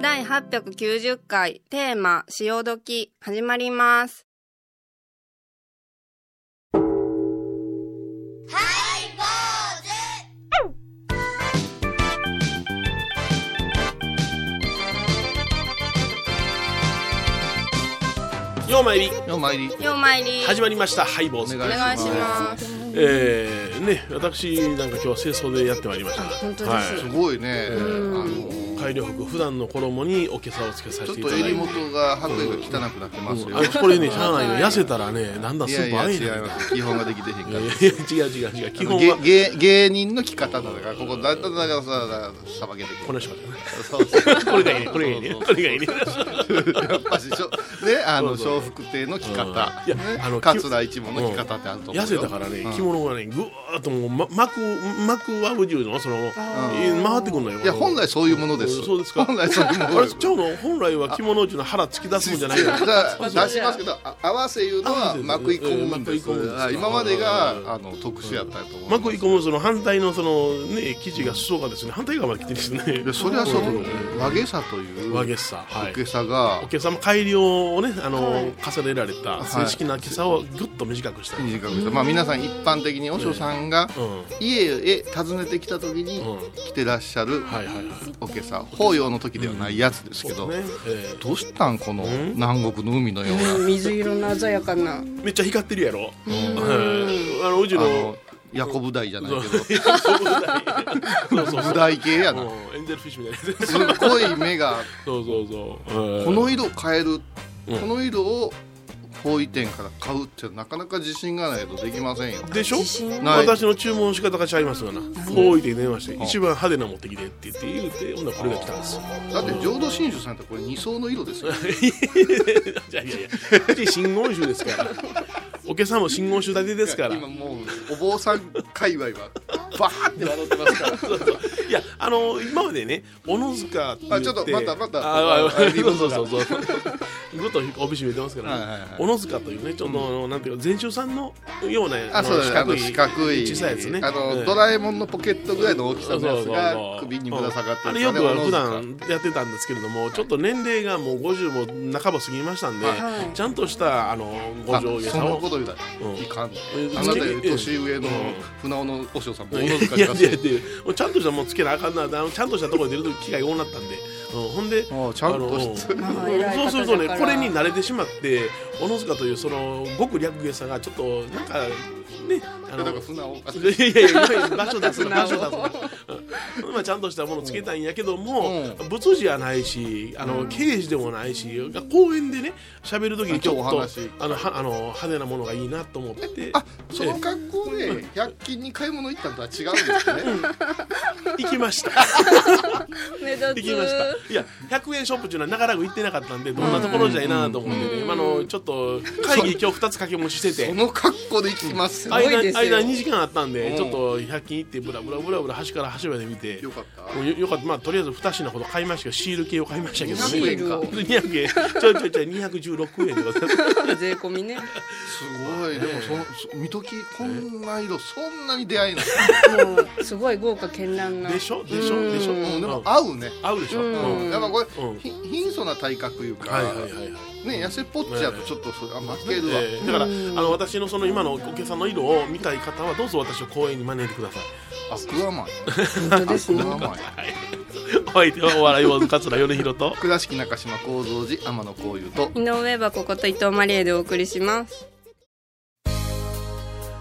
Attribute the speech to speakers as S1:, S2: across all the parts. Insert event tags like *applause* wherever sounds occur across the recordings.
S1: 第890回テーマ「潮時」始まります
S2: ようまいり
S3: よう参り
S1: ようまいり
S2: 始まりましたハイボー
S3: お
S2: ズ
S1: お願いします
S2: えー、ね私なんか今日は清掃でやってまいりました
S1: あ
S2: が
S1: 本当です
S2: はい
S3: すごいね、
S1: うん
S3: あの
S2: 改良服普段の衣におけさをつけさ
S3: ち
S2: せ
S3: ょって
S2: いた
S3: と
S2: だいて
S3: 襟元が白衣が汚くなってます
S2: うん
S3: よ、
S2: あれこれね上海の痩せたらねなんだ
S3: い
S2: ス
S3: や
S2: ー
S3: い
S2: パー
S3: や
S2: あい
S3: 違い
S2: な
S3: ます基本ができてへんか
S2: い
S3: ら
S2: やいや違う違う違 *laughs* う基本は
S3: 芸芸人の着方だからここだったらささばけて
S2: こ
S3: く
S2: の
S3: る
S2: 人だね
S3: そうそう
S2: これがいいねこれがいいねこれがいいね
S3: やっぱししょねあの笑福亭の着方、
S2: うんいや
S3: ね
S2: あの
S3: 桂一門の着方ってあると思うよ
S2: 痩せたからね
S3: うん
S2: 着物がねぐわーっともうま巻く巻く和牛のそのえー回ってくんのよ
S3: いや本来そういうもので
S2: う
S3: す
S2: んそうですか
S3: 本来そういうも
S2: あ
S3: の
S2: れ
S3: です
S2: ちゃうの本来は着物っていうのは腹突き出 *laughs* すもんじゃない
S3: だ
S2: の
S3: から出しますけどあ合わせいうの
S2: 合わ
S3: は
S2: せ
S3: まくい込むんです
S2: うんまくい込むんです
S3: はい今まで
S2: うん
S3: があの特殊やったと思う
S2: まくい込むその反対のそのね生地が裾がですね反対側まで来てるしね
S3: いやそれはその和げさという
S2: 和げさはい
S3: おけさが
S2: お客様改良をねあの、
S1: はい
S2: 重ねられた正式な今朝をぐっと短くした、
S3: 短くしたまあ皆さん一般的に和尚さんが
S2: うん
S3: 家へ訪ねてきた時に
S2: うん
S3: 着てらっしゃる
S2: はいはいはい
S3: おけさ法要の時ではないやつですけ
S2: そ
S3: ど
S2: うですねえ
S3: どうしたんこの南国の海のような
S1: 水色の鮮やかな
S2: ーめっちゃ光ってるやろ、うんあのうち
S3: あ
S2: の
S3: のヤコブダイじゃないけど
S2: そうそうそ
S3: ブ
S2: う
S3: ダイ系やな
S2: うんエンゼルフィッシュみたいなやつ
S3: *laughs* すっごい目が
S2: そうそうそう
S3: この色を変える、
S2: うん
S3: この色を方位店から買うってなかなか自信がないとできませんよ。
S2: でしょ
S1: 自信
S3: ない
S2: 私の注文の仕方がちゃいますがなこう言って電話して一番派手な持ってきてって言って言うてほんならこれが来たんですよ
S3: だって浄土真宗さんってこれ二層の色ですよ。 *laughs*
S2: いやいやいやうち真言宗ですからお客さんも真言宗だけ *laughs* ですから
S3: 今もうお坊さん界隈はバーって笑ってますから。
S2: そうそういやあの今までね小野塚って言
S3: あちょっとまたまた
S2: ああ
S3: あ
S2: そう
S3: リボン
S2: そ
S3: と
S2: う
S3: か
S2: そうそうぐっと帯締めてますから、
S3: はいはいはい
S2: 小野塚というねちょっと、あのなんていうか禅宗さんのような
S3: あ、そう
S2: の
S3: です。あの四角い
S2: 小さいやつね
S3: あの、
S2: うん
S3: ドラえもんのポケットぐらいの大き
S2: そ
S3: さ
S2: う
S3: の
S2: そう
S3: や
S2: そう
S3: つ
S2: そう
S3: が首にぶら下がって
S2: あ
S3: る
S2: れ
S3: や
S2: よ
S3: つ
S2: く
S3: ね
S2: は普。
S3: おのず
S2: 段やってたんですけれどもちょっと年齢がもう50も半ば過ぎましたんで、
S1: はい
S2: ちゃんとしたあの
S3: か
S2: ご上下
S3: あそ
S2: さ
S3: んな
S2: を
S3: こと言うたら
S2: うん
S3: いかん
S2: え。
S3: あなたより年上
S2: う
S3: の
S2: ん
S3: 船尾の和尚さんも
S2: い
S3: お
S2: やい
S3: のずか
S2: や
S3: に
S2: いやでもうちゃんとしたもうつけなあかんなあのちゃんとしたところに出る機会が多くなったんで、うん、ほんで
S3: あちゃんとして
S2: あの
S1: あ偉い
S2: そう
S1: 方
S2: すると
S1: だか
S2: ね
S1: ら
S2: これに慣れてしまって小野塚というその極略下さがちょっとなんかねあ
S3: なんか
S2: の
S3: 船尾が
S2: いやいやいや場所出すな場
S1: 素直
S2: 所出すな、まあ、ちゃんとしたものつけたいんやけども、
S3: う
S2: 仏事はないしあの刑事でもないし公園でね喋る時にちょっ
S3: あ
S2: と
S3: 今日お話
S2: あのはあの派手なものがいいなと思って
S3: あその格好で100均に買い物行ったのとは違うんですね。
S2: *laughs* 行きました
S1: 目立
S2: 行きましたいや100円ショップっていうのは長らく行ってなかったんでどんなところじゃいなと思ってね、まああのちょっと会議今日2つ掛け持ちしてて
S3: その格好で行きますよ。
S1: は
S3: よ
S1: い
S2: 間
S1: すごいですよ
S2: 間2時間あったんで、
S3: うん
S2: ちょっと100均行ってブラブラブラブラ端から端まで見て
S3: かった。
S2: もうよよかったまあとりあえず2品ほど買いましたけどシール系を買いましたけどね
S1: シールを
S2: 200円ちょいちょいちょい216円でございます
S1: *laughs* 税込みね
S3: すごい。でもそのそ見ときこんな色そんなに出会えない。
S1: もうすごい豪華絢爛な
S2: でしょでしょ
S1: うん
S2: でしょ、
S3: うんで
S2: う
S3: も
S2: ん
S3: 合うね。
S2: 合うでしょ、
S1: うん
S2: うん
S3: やっぱこ
S2: うん
S3: れひ貧相な体格いうか
S2: はいはいはいはい
S3: ね痩せっぽっちやとちょっとそれあ負けるわ。
S2: えーだからあの私のその今のお客さんの色を見たい方はどうぞ私を公園に招いてください
S3: アクアマン。
S1: 本当ですね
S3: アクアマン。
S2: お相手はお笑い坊主桂米広と
S3: 倉敷中島幸三寺天野幸雄と
S1: *laughs* 井上はここと伊藤マリエでお送りします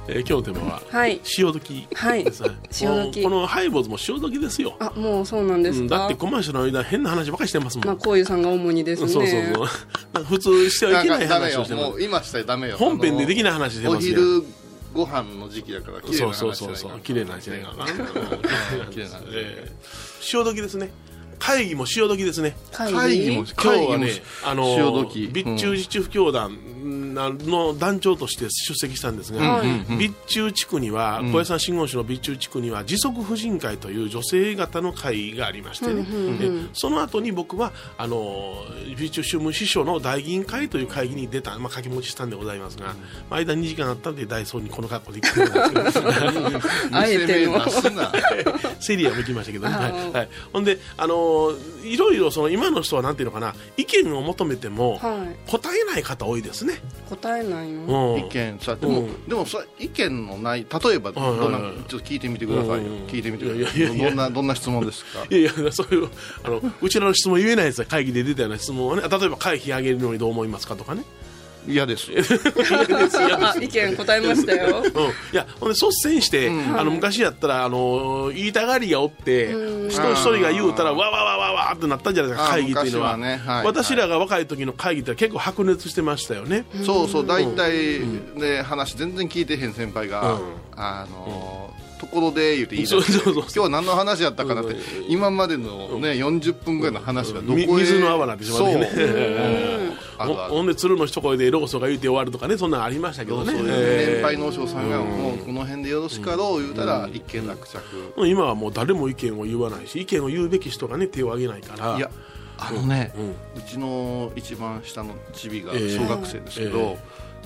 S2: えー今日のテーマは
S1: はい
S2: 潮時
S1: はい
S2: ですね
S1: 潮時
S2: もうこのハイボーズも潮時ですよ
S1: あもうそうなんで
S2: う
S1: す
S2: んだっ
S1: か
S2: てコマーシャルの間変な話ばっかりしてますもん、
S1: まあこういうさんが主にです
S2: そ
S1: ね
S2: うそうそうなんか普通しては
S3: ないん
S2: け
S3: か
S2: ない
S3: ダメ
S2: 話を
S3: よ
S2: してま
S3: も
S2: す
S3: う今したらダメよ。
S2: 本編ででき
S3: な
S2: ない話して
S3: お
S2: ますよ
S3: 昼ご飯の時期だから綺麗
S2: そう
S3: な話
S2: そう
S3: し
S2: そう
S3: ない
S2: そ
S3: か
S2: う
S3: ら
S2: 綺麗な話じゃないかな *laughs*
S3: 綺麗な話
S2: えー潮時ですね会議も潮時ですね
S1: 会
S3: 会議
S2: 今
S3: も
S2: 日は
S3: 会議も
S2: ねあの
S3: 潮時
S2: 備中自治府教団の団長として出席したんですが、
S1: はい
S2: 備中地区には、小屋さん信号市の備中地区には自足婦人会という女性型の会がありましてね、でその後に僕はあの備中宗務司書の大議員会という会議に出た、まあ、掛け持ちしたんでございますが、まあ間2時間あったんでダイソーにこの格好で行ってきたんですけど
S1: あえての
S3: 見せ目出すな
S2: *laughs* セリアも行きましたけどね、
S1: あ
S2: は
S1: ー
S2: いはい、ほんで、あのーいろいろその今の人はなんていうのかな意見を求めても
S1: はい
S2: 答えない方多いですね、
S1: 答えない
S2: *laughs*
S1: の
S2: うん
S3: 意見さでも、
S2: うん
S3: でもさ意見のない例えば
S2: はいはい
S3: どんな、ちょっと聞いてみてくださいよ、
S2: うん
S3: 聞いてみて
S2: い
S3: く
S2: や
S3: ださ
S2: い
S3: い
S2: やいや
S3: どんなどんな質問ですか
S2: いやいやそういうあのうちらの質問言えないですよ会議で出たような質問はね例えば会費上げるのにどう思いますかとかね、
S3: 嫌です
S1: 意見答えましたよ。
S2: うん、いやほんで率先して、あの昔やったら、あのー言いたがりがおって、一人一人が言うたら
S3: あー
S2: わわわわわってなったんじゃないですか
S3: あー
S2: 会議っていうのは
S3: 昔はねはい
S2: 私らが若い時の会議って結構白熱してましたよね、
S3: そうそう大体ね話全然聞いてへん先輩が、
S2: うん
S3: あのーところで言うていい
S2: そうそうそう
S3: 今日は何の話やったかなって、
S2: うん
S3: 今までのね40分ぐらいの話がどこへ、
S2: み水の泡になってしまって *laughs* ね
S3: そううんあ
S2: ほ
S3: るある
S2: ほんで鶴の一声でローソが言うて終わるとかねそんなんありましたけ
S3: そ
S2: ど
S3: う
S2: ね
S3: そう
S2: えー
S3: 年配農商さんがもうこの辺でよろしかろう言うたら一件落着
S2: 今はもう誰も意見を言わないし意見を言うべき人がね手を挙げないから
S3: いやあのね、
S2: う
S3: うんちの一番下のチビが
S2: ええ
S3: 小学生ですけど、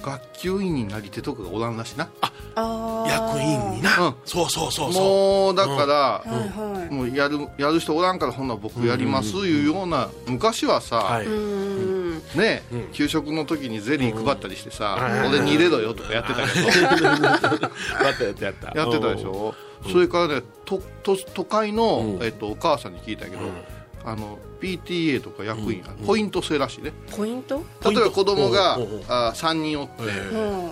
S3: 学級委員になり手とかがおらんらしいな
S1: ああ。
S2: 役員にな、
S3: うん
S2: そうそうそうそう
S3: もうだから、
S1: はいは
S3: もうやるやる人おらんからほんなら僕やりますいうような昔はさ、
S2: はい
S1: い。うん。
S3: ね、給食の時にゼリー配ったりしてさ
S2: うん
S3: 「俺に入れろよ」とかやってたけ
S2: やったやったやった
S3: どやってたでしょそれからねとと都会の、
S2: うん
S3: えっと、お母さんに聞いたけど、あの PTA とか役員がポイント制らしいね
S1: ポイント？
S2: ポ
S3: 例
S2: イ
S3: え
S2: ント
S3: ば子供が
S2: うんうんうん
S3: あ3人おって、
S2: え
S1: う
S2: ー
S1: ん。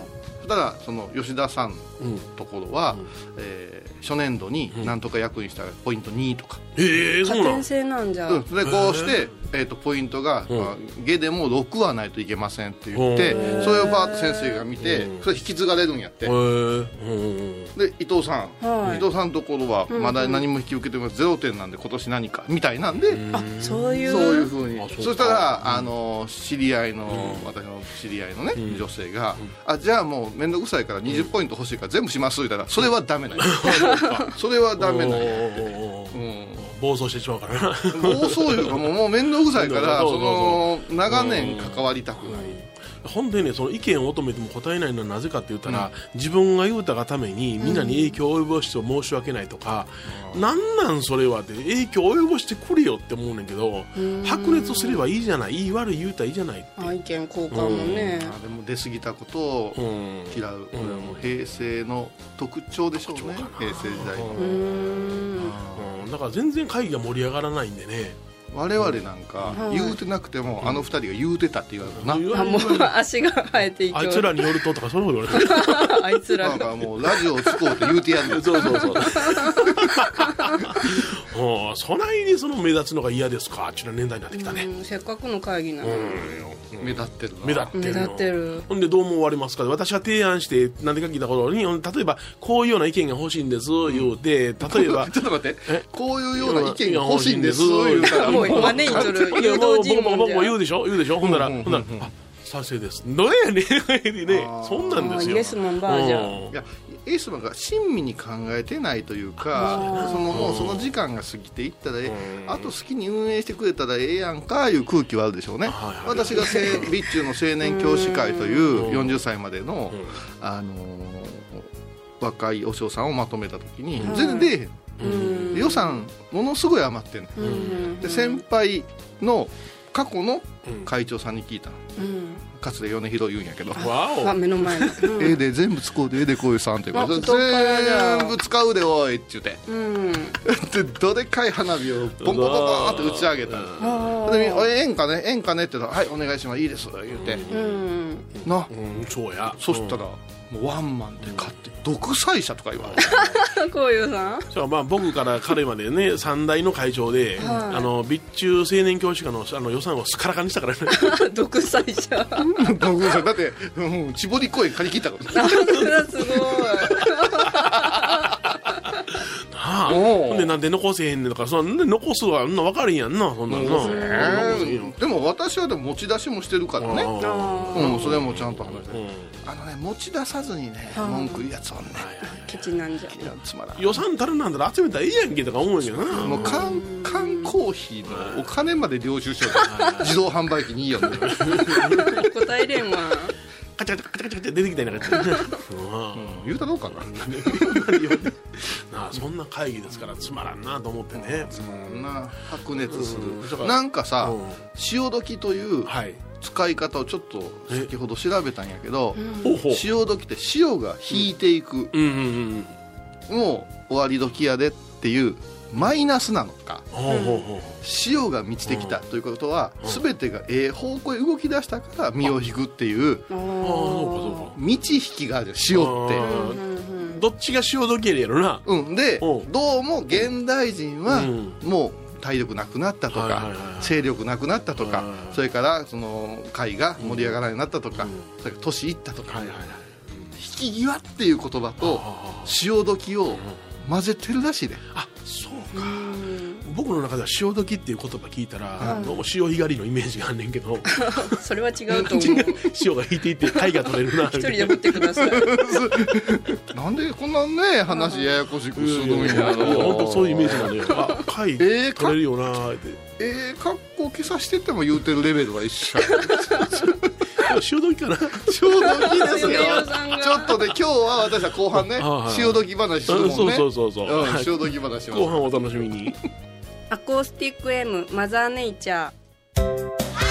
S3: そしたらその吉田さんの
S2: うん
S3: ところは、えー初年度になんとか役員したらポイント2とか、
S2: えー
S1: 加
S2: そうなん
S1: 点制なんじゃ。
S3: うん、でこうして、えー、とポイントが、
S2: ん
S3: まあ下でも6はないといけませんって言って
S2: へ
S3: それをバーッと先生が見て
S2: うん
S3: それ引き継がれるんやって
S2: えーうんうんうん
S3: で伊藤さん、
S1: はい
S3: 伊藤さんのところはまだ何も引き受けてもゼロ点なんで今年何かみたいなんで、
S1: あ、そういう。
S3: そういうふう
S2: あ
S3: に
S2: そう
S3: そ
S2: か
S3: したらあの知り合いの、私の知り合いのね、女性が、あ「じゃあもう面倒くさいから20ポイント欲しいから全部します」みたいなそれはダメだよそれはダメだよ、
S2: おーおーおー
S3: うん、
S2: 暴走してしまうからな
S3: 暴走いうかもうもう面倒くさいから
S2: そう
S3: そ
S2: そう
S3: の長年関わりたくない
S2: ほんでねその意見を求めても答えないのはなぜかって言ったら、自分が言うたがためにみんなに影響を及ぼして申し訳ないとか、なんなんそれはって影響を及ぼしてくれよって思うねんけど、白熱すればいいじゃないいい悪い言うたらいいじゃない
S1: あ、意見交換もね。
S3: あでも出過ぎたことを
S2: うん
S3: 嫌う、これはもう平成の特徴でしょうね平成時代の、
S1: うーん。
S2: うんだから全然会議が盛り上がらないんでね
S3: 我々なんか
S1: はい
S3: 言うてなくても、あの二人が言うてたって言われるな、
S2: 言わ
S1: あ、
S2: れ
S1: も
S2: る
S1: う足が生えていき
S2: あいつらによるととかそういうこと言われ
S1: *laughs*
S2: る
S1: あいつら
S3: なん
S1: が。
S3: かもうラジオをつこうって言うてやる
S2: *laughs*
S3: の
S2: そうそうそう *laughs* うんそないにその目立つのが嫌ですかあっちの年代になってきたね
S1: うんせっかくの会議なのに。
S3: 目立ってるな *laughs*
S2: 目立って
S1: 目
S2: る
S1: 立
S2: よ
S1: ってる。
S2: ほんでどう思われますか私が提案して何でか聞いたことにほんで例えばこういうような意見が欲しいんです言うて、
S3: *laughs*
S2: 例えば
S3: ちょっと待って
S2: え
S3: こういうような意見が欲しいんです言うたら
S1: もう
S3: もう
S1: 真似にとる
S2: *laughs* いや
S1: 誘
S2: も
S1: 導
S2: う僕
S1: 尋
S2: も
S1: 問
S2: 僕
S1: じ
S2: も言
S1: ゃ。
S2: うでしょ言うでしょほんなら、
S3: うんうんうん
S2: ほんなら「あ賛成です」「どうやねん」ねそんなんです
S1: あー
S2: よ
S1: イエスマンバージョン
S2: うん
S3: いやエースマンが親身に考えてないというかそのもうその時間が過ぎていったらええあと好きに運営してくれたらええやんかいう空気はあるでしょうね、
S2: はいはい
S3: 私がせ備中の青年教師会という40歳までの、あのー若いお嬢さんをまとめた時に全然出えへん、
S1: うん
S3: 予算ものすごい余ってんの
S1: うん
S3: で先輩の過去の会長さんに聞いたの
S1: うん。
S3: かつて米広言うんやけど
S2: わお
S1: あ、目の前に。うん
S3: ええで全部使うでええでこういうさんって言うから
S1: あ太っ腹じゃん
S3: 全部使うでおいっ
S1: *laughs*
S3: て言って
S1: うん。
S3: でどでかい花火をボンボンボンボンって打ち上げた
S1: あー
S3: で「ええんかねええんかね」って言ったら「はいお願いしますいいです」言うて
S1: うん。
S3: な
S2: うんそうや
S3: そしたらもうワンマンで勝って独裁者とか言
S1: *laughs*
S3: われて
S1: こういうさん。 *laughs*
S2: そうまあ僕から彼までね三大の会長で、あの備中青年教師会のあの予算をすからかにした
S3: *laughs*
S2: からね
S1: 独裁者。 *laughs*
S3: 独裁者だってうん千堀公園借り切ったから
S1: あそれはすごい。
S2: ななあ
S3: おう
S2: ほんでなんで残せへんねんとかそんなんで残すはあんな分かるんやんなそんなんな
S3: そうですねでも私はでも持ち出しもしてるからね
S2: あ
S1: あー
S3: うんそれもちゃんと話して
S2: うん
S3: あのね持ち出さずにね
S1: はい
S3: 文句言うやつおんね
S1: ケチなんじゃ
S3: んいやつまらん
S2: 予算足るなんだら集めたらいいやんけとか思うんやけどな
S3: もう缶缶コーヒーのお金まで領収書が自動販売機にいいよ
S1: ん
S3: ね
S1: 答えれんわ
S2: カチャカチャカチャカチャって出てきたりなんかしてうん
S3: うん言うたろうかな
S2: なあそんな会議ですからつまらんなと思ってね
S3: な白熱す
S2: うんだか
S3: る
S2: ら
S3: なんかさ
S2: うん
S3: 潮時という
S2: はい
S3: 使い方をちょっと先ほど調べたんやけど
S2: ほうほう
S3: 潮時って潮が引いていく
S2: うんうんうん
S3: もう終わり時やでっていうマイナスなのか
S2: ほうほうほう
S3: 潮が満ちてきたということは全てがええ方向へ動き出したから身を引くっていう
S1: ああ
S2: ああそうかそうか
S3: 満ち引きがあるじゃん潮って
S2: あー
S1: うんうんうん
S2: どっちが潮時計やろな
S3: うん、で
S2: おう
S3: どうも現代人は
S2: うん
S3: もう体力なくなったと
S2: はいはい
S3: か
S2: はい
S3: 勢力なくなったと
S2: はい
S3: か
S2: はいはい
S3: それからその会が盛り上がらなくなったとか
S2: うん
S3: それから年いったとか
S2: はいはいはい
S3: 引き際っていう言葉と
S2: あ
S3: 潮時を混ぜてるらしいで
S2: あそう
S1: う
S2: か
S1: ん
S2: 僕の中では潮時っていう言葉聞いたら
S1: い
S2: どうも潮干狩りのイメージがあんねんけど
S1: それは違うと思う
S2: 潮が引いていって貝が取れるな
S1: 一人で掘ってください
S3: なんでこんなね話ややこしくする
S2: い
S3: んや
S2: やいや
S3: ろ
S2: 本当そういうイメージなのよあ貝取
S3: ええか
S2: れるよなって
S3: ええ格好消さしてても言うてるレベルは一緒や
S2: 潮時かな
S3: 潮時ですよ
S1: 米広さんが
S3: *laughs* ちょっとね今日は私は後半ね
S2: あはい
S3: 潮時話するもんね
S2: そうそうそうそう
S3: うん潮時話します
S2: 後半お楽しみに
S1: アコースティック M マザーネイチャー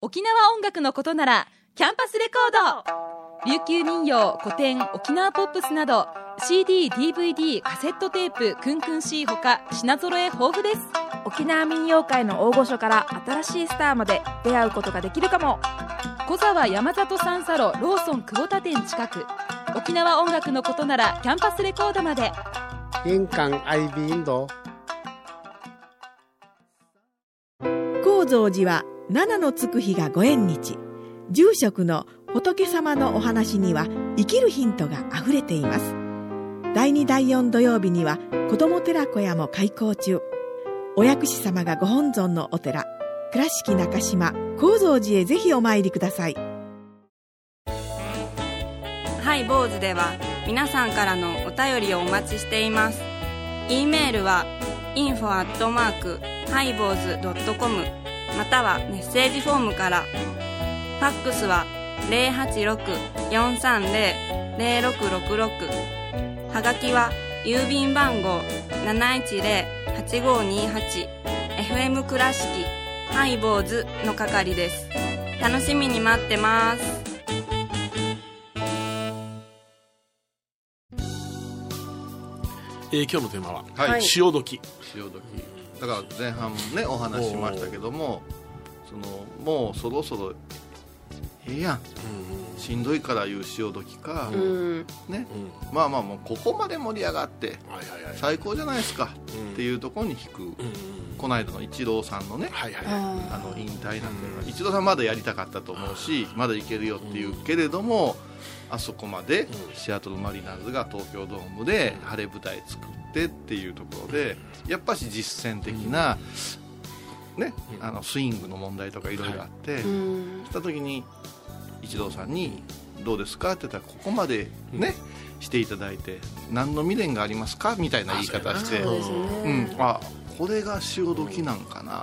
S4: 沖縄音楽のことならキャンパスレコード琉球民謡古典沖縄ポップスなど CDDVD カセットテープクンクン C ほか品揃え豊富です
S5: 沖縄民謡界の大御所から新しいスターまで出会うことができるかも
S4: 小沢山里三佐路ローソン久保田店近く沖縄音楽のことならキャンパスレコードまで
S6: 沿港 IB インド
S7: 高蔵寺は七のつく日がご縁日住職の仏様のお話には生きるヒントがあふれています第2第4土曜日には子ども寺小屋も開校中お薬師様がご本尊のお寺倉敷中島・高蔵寺へぜひお参りください
S1: ハイボーズでは皆さんからのお便りをお待ちしています。e メールは info アットマークハイボーズドットコムまたはメッセージフォームから。ファックスは086-430-0666はがきは郵便番号710-8528 FM 倉敷ハイボーズの係です。楽しみに待ってます。
S2: えー今日のテーマは
S3: はい
S2: 潮時
S3: 潮時だから前半もねお話ししましたけどもそのもうそろそろええやんしんどいから言う潮時か、
S1: うん。
S3: ね
S2: うんうん
S3: まあまあもうここまで盛り上がって
S2: はいはいはい
S3: 最高じゃないですか
S2: うん
S3: っていうところに引く、
S2: うんうん
S3: この間のイチローさんのね
S2: はいはいはい
S1: あ
S3: あの引退なんていうのは
S2: うん
S3: イチローさんまだやりたかったと思うしまだいけるよっていうけれどもあそこまで
S2: ん
S3: シアトル・マリナーズが東京ドームで晴れ舞台作ってっていうところでやっぱし実践的な、ね、
S2: うん
S3: あのスイングの問題とかいろいろあって、
S1: ーうん。
S3: した時に一郎さんに「どうですか?」って言ったら「ここまでね、していただいて何の未練がありますか?」みたいな言い方して「
S1: そう
S3: う
S1: ですね。
S3: ん、あこれが潮時なんかな」っ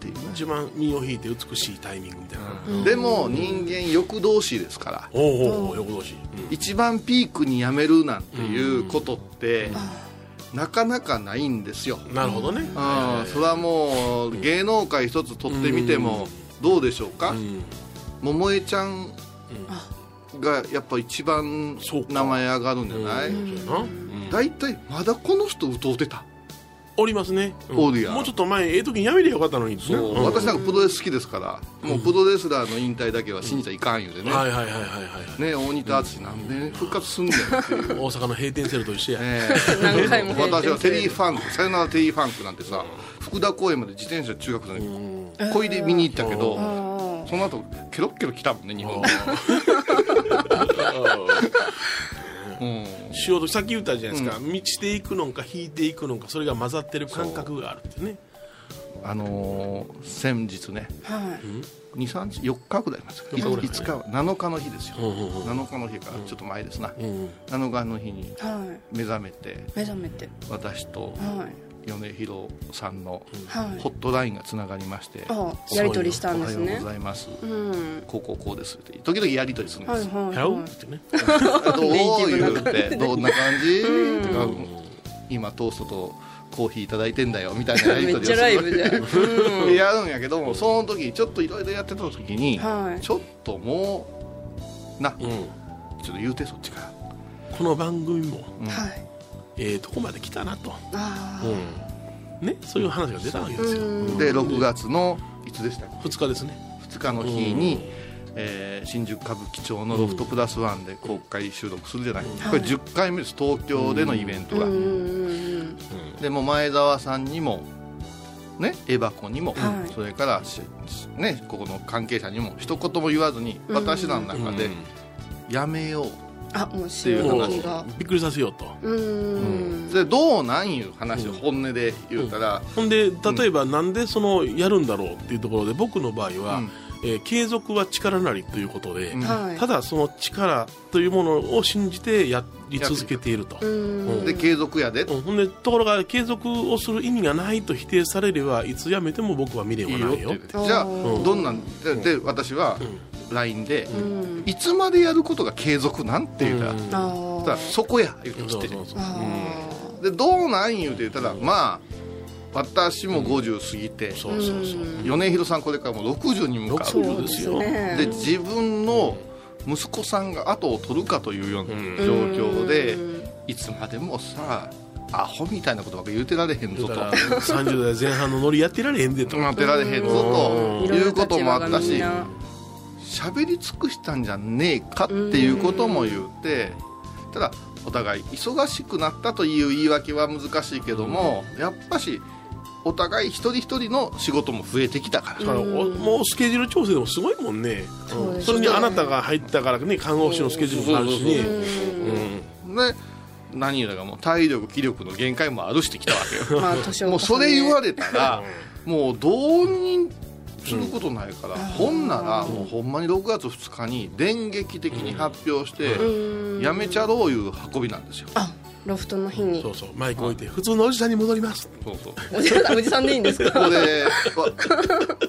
S3: ていうね。
S2: 一番身を引いて美しいタイミングみたいな、
S1: うん
S3: でも人間欲同士ですから
S2: おうおうおう横同士、
S3: 一番ピークにやめるなんていうことってなかなかないんですよ、
S2: なるほどね、
S3: ああそれはもう芸能界一つ取ってみてもどうでしょうか、
S2: うん
S3: 桃江ちゃんがやっぱ一番
S2: そうか
S3: 名前上がるんじゃない
S2: うんそうやなうん
S3: 大体、まだこの人歌うてた
S2: おりますね、うん
S3: おるやん
S2: もうちょっと前ええ時にやめりゃよかったのに
S3: そう
S2: ねん
S3: 私なんかプロレス好きですからもうプロレスラーの引退だけは信じちゃいかん言うてね,、
S2: はいはいはいはいはい
S3: ね大仁田淳なんで復活すんねんっていう
S2: 大阪の閉店セルと一緒や、
S3: え
S1: 何回も経
S3: え
S1: 験して
S3: 私
S1: る
S3: はテリー・ファンクさよならテリー・ファンクなんてさ福田公園まで自転車中学
S2: う
S3: 生の
S2: ん
S3: 小いで見に行ったけど
S1: あ
S3: その後ケロッケロ来たもんね日本うん
S2: 潮時さっき言ったじゃないですか、道で行くのか引いていくのかそれが混ざってる感覚があるってね
S3: あのー先日ね
S1: はい
S3: 23日4日ぐらいなんですか
S2: 四日ぐらい
S3: 5日は7日の日ですよ
S2: うんうんうん
S3: 7日の日からちょっと前ですな
S2: うん
S3: 7日の日に
S1: はい
S3: 目覚めて
S1: 目覚めて
S3: 私と
S1: はい
S3: 米広さんの
S1: はい
S3: ホットラインがつながりまして
S1: あやり取りし
S3: 「お
S1: たんで
S3: は
S1: す
S3: よう
S1: ね
S3: ございます」
S1: うん
S3: こうこうこうですって時々やり取りするん
S1: は
S3: で
S1: い
S3: す
S2: 「
S3: よ
S1: はい
S2: やろう?」
S1: は
S2: ってね
S3: *laughs* ど
S1: *laughs*
S3: う
S1: ネイティブな
S3: 言う
S1: 感じ
S3: てどんな感じとか今トーストとコーヒーいただいてんだよみたいなや
S1: い
S3: り
S1: めっ
S3: 取
S1: ち
S3: り
S1: ゃ
S3: を
S1: ライ
S3: す
S1: ブ
S3: る
S1: じゃん
S3: でやるんやけどもその時ちょっといろいろやってた時に
S1: はい
S3: ちょっともうなち
S2: う
S3: ょ
S2: ん
S3: っと言うてそっちから
S2: この番組も
S3: うん
S1: はい
S2: ええとこまで来たなと、
S1: あ
S2: ねそういう話が出たわけですよ、
S1: うん
S3: で6月のいつでしたっ
S2: 2日ですね
S3: け2日の日にえー新宿歌舞伎町のロフトプラスワンで公開収録するじゃないこれ10回目です東京でのイベン
S1: あう
S3: ト
S1: ん
S3: が
S1: うんうんうん
S3: でもう前澤さんにも、ね、エバコにも、
S1: はい
S3: それからし、しね、ここの関係者にも一言も言わずに、
S1: うん
S3: 私らの中でやめよう、
S1: あもう
S3: てい
S1: 潮
S3: う話
S1: 時が
S2: びっくりさせようと
S1: うんうん
S3: それどうなんいう話を本音で言うたら、
S2: ほんで例えばなんでそのやるんだろうっていうところで僕の場合は、
S3: うん
S2: えー継続は力なりということで、
S3: うん
S1: はい
S2: ただその力というものを信じてやり続けていると、
S1: うん
S3: で継続やで、
S2: うんほんでところが継続をする意味がないと否定されればいつやめても僕は未
S3: い
S2: 練
S3: い
S2: は
S3: よ
S2: な
S3: っ
S2: い
S3: て
S2: よ
S3: 言ってじゃあ、
S1: うん
S3: どんなんでで私は LINE で、いつまでやることが継続なんって言うたら、
S2: う
S1: あ
S2: ん
S3: そし
S1: ー
S3: たらそこや言うてき
S2: そう
S3: て
S2: そうそう
S1: あ
S3: でどうなん言うて言ったら、まあ私も50過ぎて、
S2: そうそうそう
S3: 米広さんこれからもう60に向かう
S1: ー
S2: そうですよ
S1: ね
S3: で自分の息子さんが後を取るかというような状況でいつまでもさアホみたいなことばっか言うてられへんぞと
S2: だから30代前半のノリやってられへんでと
S3: 待ってられへんぞ
S2: うん
S3: ということもあった
S1: い
S3: し
S1: ろいろ立場が
S3: 喋り尽くしたんじゃねえかっていうことも言ってただお互い忙しくなったという言い訳は難しいけどもやっぱしお互い一人一人の仕事も増えてきたから
S2: だからおもうスケジュール調整でもすごいもんね
S1: そうですね
S2: それにあなたが入ったからね看護師のスケジュールもあるしね
S3: そうで何よりかもう体力気力の限界もあるしてきたわけ
S1: み
S3: よ
S1: んなまあ年を
S3: もうそれ言わ
S1: れ
S3: れたらもうどうにすることないから、ほんならもうほんまに6月2日に電撃的に発表して、やめちゃろういう運びなんですよ、
S1: あロフトの日に
S2: そうそうマイク置いて普通のおじさんに戻ります
S3: そうそうこ
S1: おじさんおじさんでいいんですか
S3: こで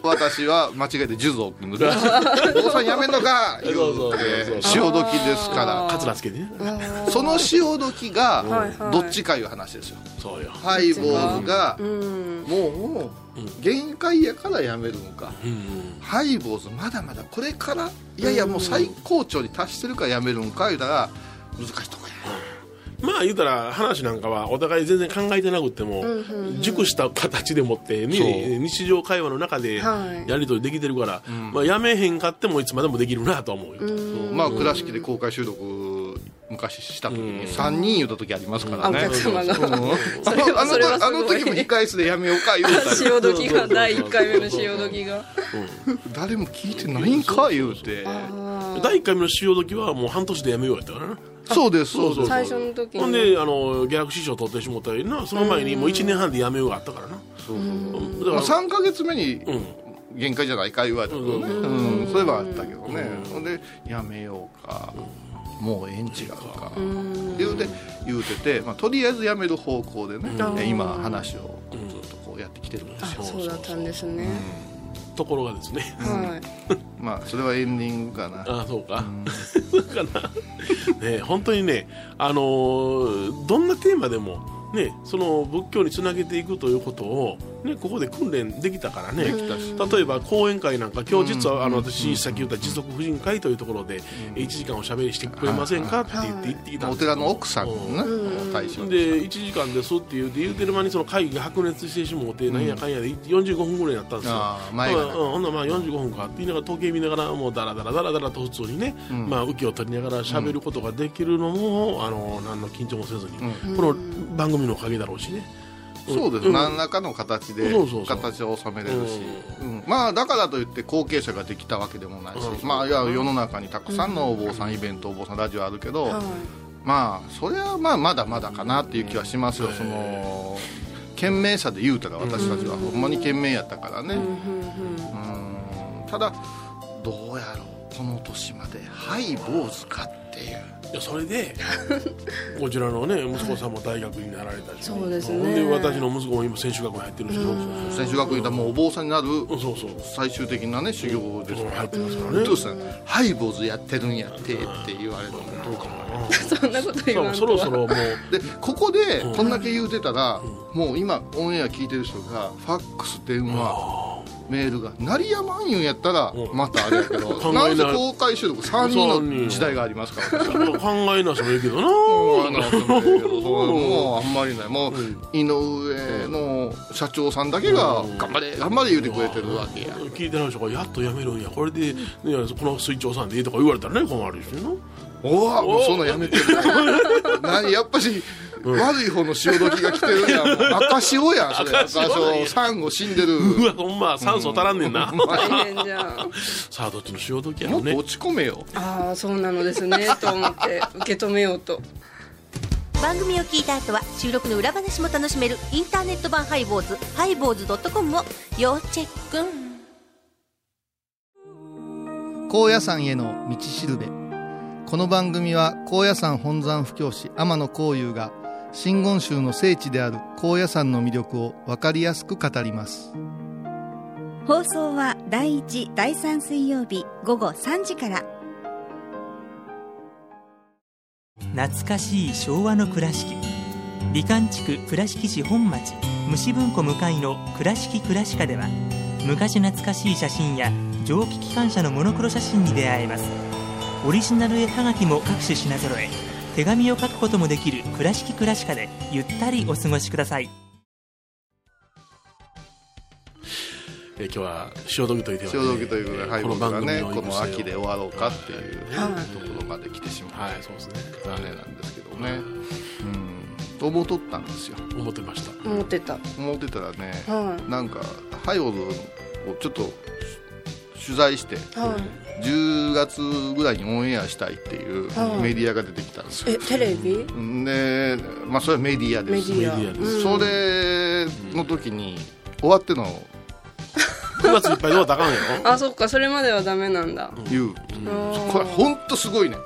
S3: わ *laughs* 私は間違えて十蔵君の「お父さんやめんのか!」言
S2: そううそうそう
S3: て潮時ですか
S2: カツラつけてね
S3: らその潮時
S1: はい
S3: が
S1: はい
S3: どっちかいう話ですよ
S2: そうよ
S3: ハイボーズが
S1: うん
S3: もうもう限界やからやめるのか、
S2: うん
S3: ハイボーズまだまだこれからいやいやもう最高潮に達してるからやめるんか言うたら難しいとこ
S2: まあ言うたら話なんかはお互い全然考えてなくっても熟した形でもってね
S3: そう
S2: 日常会話の中で
S1: はい
S2: やり取りできてるからまあやめへんかってもいつまでもできるなとは思うよ
S3: や、まあ倉敷で公開収録昔した時に3人言うた時ありますから
S1: あお
S3: ね、
S1: 客様が
S3: うん
S1: *laughs* それは
S3: あの
S1: それはす
S3: あ
S1: ごい
S3: の時も控え室でやめようか言うた
S1: *laughs*
S3: ら
S1: 潮時が第1回目の潮時が
S3: 誰も聞いてないんか言うて
S2: 第1回目の潮時はもう半年でやめようやったからな
S3: そうですそうです
S1: 最初の時
S2: ほん
S1: に
S2: であのギャラクシー賞取ってしもったりなその前にもう1年半でやめようがあったからなうんだ
S3: まあ、
S2: から
S3: 3か月目に
S2: うん
S3: 限界じゃないか言われたけどね、うんそういえばあったけどね、ほんでやめようか、もうええん違うか、っていうで言うてて、まあ、とりあえずやめる方向でね、え今話をずっとこうやってきてるんですよ、
S1: そうだったんですね
S2: ところがですね
S1: はい
S3: まあそれはエンディングかな、
S2: ああそうか、そうかなね本当にねあのーどんなテーマでもねその仏教につなげていくということをねここで訓練できたからね例えば講演会なんか今日実はあの私さっき言った持続婦人会というところで1時間おしゃべりしてくれませんかって言って言ってきたん
S3: お
S2: です
S3: 寺の奥さんのね、対象
S2: で1時間ですって言うて言うてる間にその会議が白熱してしもうて、なんやかんやで45分ぐらいになったんですよ
S3: ああ前が
S2: ま
S3: な
S2: あうん、ほんならまあ45分かって言いながら時計見ながらもうダラダラダラダラと普通にね、まあ、息を取りながら喋ることができるのも、あの何の緊張もせずに、この番組のおかげだろうしね
S3: そうです、
S2: うん
S3: 何らかの形で
S2: そうそうそう
S3: 形を収めれるし、うんまあ、だからといって後継者ができたわけでもないし、
S2: うん
S3: まあ、いや世の中にたくさんのお坊さん、イベントお坊さんラジオあるけど、まあそれはまあまだまだかなっていう気はしますよ、その賢明さで言うたら私たちは、ほんまに賢明やったからね、うんただどうやろうこの年まで「はい坊主か」っていう。
S2: いやそれでこちらのね息子さんも大学になられたし
S1: そうですね
S2: ほんで私の息子も今専修学校に入ってるしそう
S3: 専修学院だもうお坊さんになる
S2: そうそう
S3: 最終的なね修行ですから
S2: 入ってますからね
S3: お父さんハイ坊主やってるんやってって言われるのどうかもね
S1: そんなこと言わん
S2: そ
S1: と
S2: ろ
S1: は
S2: そろもう
S3: でここでこんだけ言うてたらもう今オンエア聞いてる人がファックス電話メールが鳴りやまん言うんやったらまたあれやけ
S2: 考
S3: *laughs* ど
S2: えな
S3: なんせ公開収録3人の時代がありますから
S2: ちょっと考えなそれいいけどな
S3: もうあのもうあんまりないもう井上の社長さんだけが頑張れ頑張れ言うてくれてるわけや
S2: 聞いてない人がやっとやめるんやこれで、ね、この水長さんでいいとか言われたらね困るしな
S3: おわもうそんなんやめてる何やっぱし、悪い方の潮時が来てるやんもう赤潮やんそれ
S2: 赤
S3: 赤
S2: 潮
S3: 潮
S2: なんや
S3: サンゴ死んでる
S2: うわほんま酸素足らんねんな、
S1: 大変じゃん
S2: さあどっちの潮時や
S3: も
S2: ろ
S3: っと
S2: ね
S3: 落ち込めよ
S1: ああそうなのです
S2: *laughs*
S1: ねと思って受け止めようと
S8: 番組を聞いた後は収録の裏話も楽しめるインターネット版ハイボーズハイボーズドットコムを要チェック
S9: 高野山への道しるべこの番組は高野山本山布教師天野幸雄が真言宗の聖地である高野山の魅力を分かりやすく語ります
S10: 放送は第1第3水曜日午後3時から
S11: 懐かしい昭和の倉敷美観地区倉敷市本町虫文庫向かいの「倉敷倉歯科」では昔懐かしい写真や蒸気機関車のモノクロ写真に出会えますオリジナル絵はがきも各種品揃え手紙を書くこともできる「倉敷倉歯科」でゆったりお過ごしください
S2: え今日は潮時というテー
S3: 潮
S2: マで
S3: 時ということで、はい、
S2: こ
S3: 僕
S2: の
S3: が
S2: 番組
S3: ね
S2: の
S3: この秋で終わろうかっていうね、
S1: はい
S3: ところまで来てしま
S2: は
S3: う
S2: いそうですね
S3: 残念なんですけどねうんと思っとったんですよ
S2: 思ってました
S1: 思ってた
S3: 思ってたらね
S1: は
S3: なんかハイボーズをちょっと取材して
S1: いはい
S3: 10月ぐらいにオンエアしたいっていう
S1: はい
S3: メディアが出てきたんですよ
S1: えテレビ
S3: で、まあ、それはメディア
S1: メ
S3: で
S1: デ
S3: す
S1: ィア
S2: メディアで
S1: うん
S3: それの時に終わっての
S2: 9月いっぱいどうだかんやろ
S1: あそっかそれまではダメなんだ
S3: 言う
S1: あー
S3: これ本当すごいね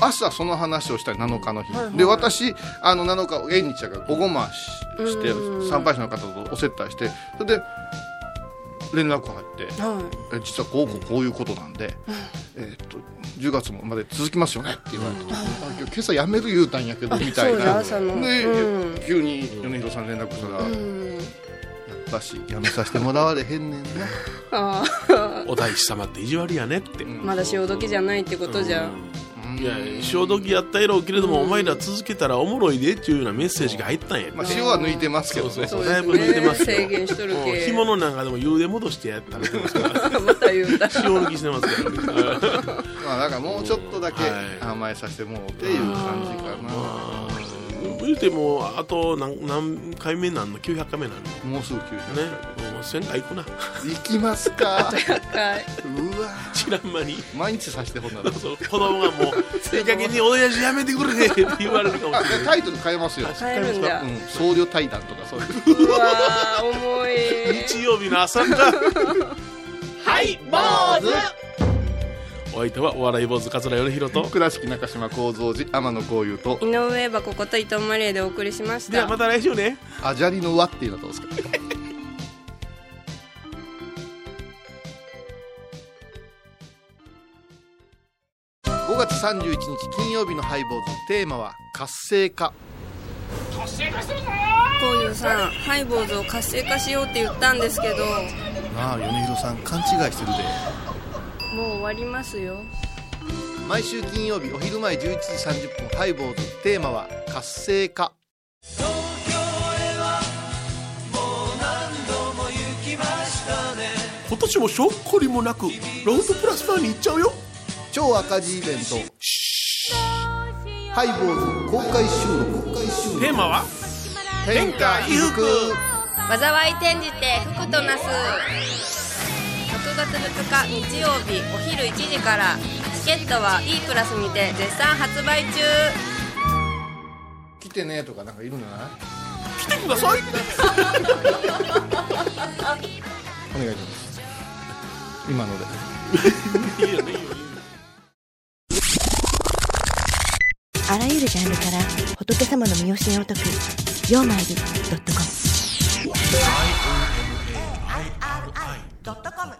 S3: 朝その話をしたい7日の日、
S1: はいはい
S3: で私あの7日縁日だから午後ましして
S1: うん
S3: 参拝者の方とお接待してそれで連絡入って
S1: は
S3: え実はこうこうこういうことなんで、えーっと10月まで続きますよねって言われて、あ今日今朝やめる言うたんやけどみたい
S1: そうだ
S3: な
S1: 朝の
S3: で、
S1: うん
S3: 急に米広さん連絡したら、
S1: いうん
S3: だしやめさせてもらわれへんねんな
S1: あ
S2: お大師様って意地悪やねって
S1: あまだ潮時じゃないってことじゃ
S2: いや潮時やったやろうけれども、お前ら続けたらおもろいでっていうようなメッセージが入ったんや、
S3: まあ、塩は抜いてますけどね
S2: そう
S1: そうで
S2: だい
S1: す
S2: ぶ抜いてま
S1: ね
S2: すよ
S1: 制限しとる
S2: もう
S1: け
S2: 干物なんかでも湯で戻してや食べてますか
S1: *laughs*
S2: ら
S1: また言うた
S2: 塩抜きしてますから
S3: まあ、なんかもうちょっとだけ
S2: はい
S3: 甘えさせてもらうっていう感じかな、
S2: 言うてもあと何何回目なんの900回目なんのね
S3: もうすぐ9 0
S2: もう仙台行くな *laughs*
S3: 行きますか
S1: は
S3: *laughs*
S1: いう
S3: わ
S2: 知らん間に
S3: 毎日させてほんならで
S2: そう子供がも *laughs* う「いい加減に親父やめてくれ」って言われるかもしれない
S3: タイトル変えますよ、
S1: 帰るんだ
S3: うん、僧侶対談とかそういう
S1: うわー重い
S2: 日曜日の朝か *laughs* はい坊主お相手はお笑い坊主桂頼宏 *laughs* と
S3: 倉敷中島幸三寺天野幸雄と
S1: 井上箱こと伊藤マリアでお送りしまし
S2: では
S1: た
S2: また来週ね
S3: あじゃりの輪っていうのはどうですか5月31日金曜日のハイボーズテーマは活性化
S1: こういうさんハイボーズを活性化しようって言ったんですけど
S3: なあ米広さん勘違いしてるで
S1: もう終わりますよ
S3: 毎週金曜日お昼前11時30分ハイボーズテーマは活性化
S2: 今年もしょっこりもなくロフトプラスバーに行っちゃうよ
S3: 超赤字イベントハイボーズ公開収録公開収録
S2: テーマは
S12: 天下衣服
S1: 災い転じて福となす6月2日日曜日お昼1時からチケットは E プラスにて絶賛発売中
S3: 来てねとかなんかいるんじゃない
S2: 来てください
S3: お願いします今ので
S2: いいよねいいよね
S7: あらゆるジャンルから仏様の身教えを解く「曜マイルドットコム」
S13: ドットコム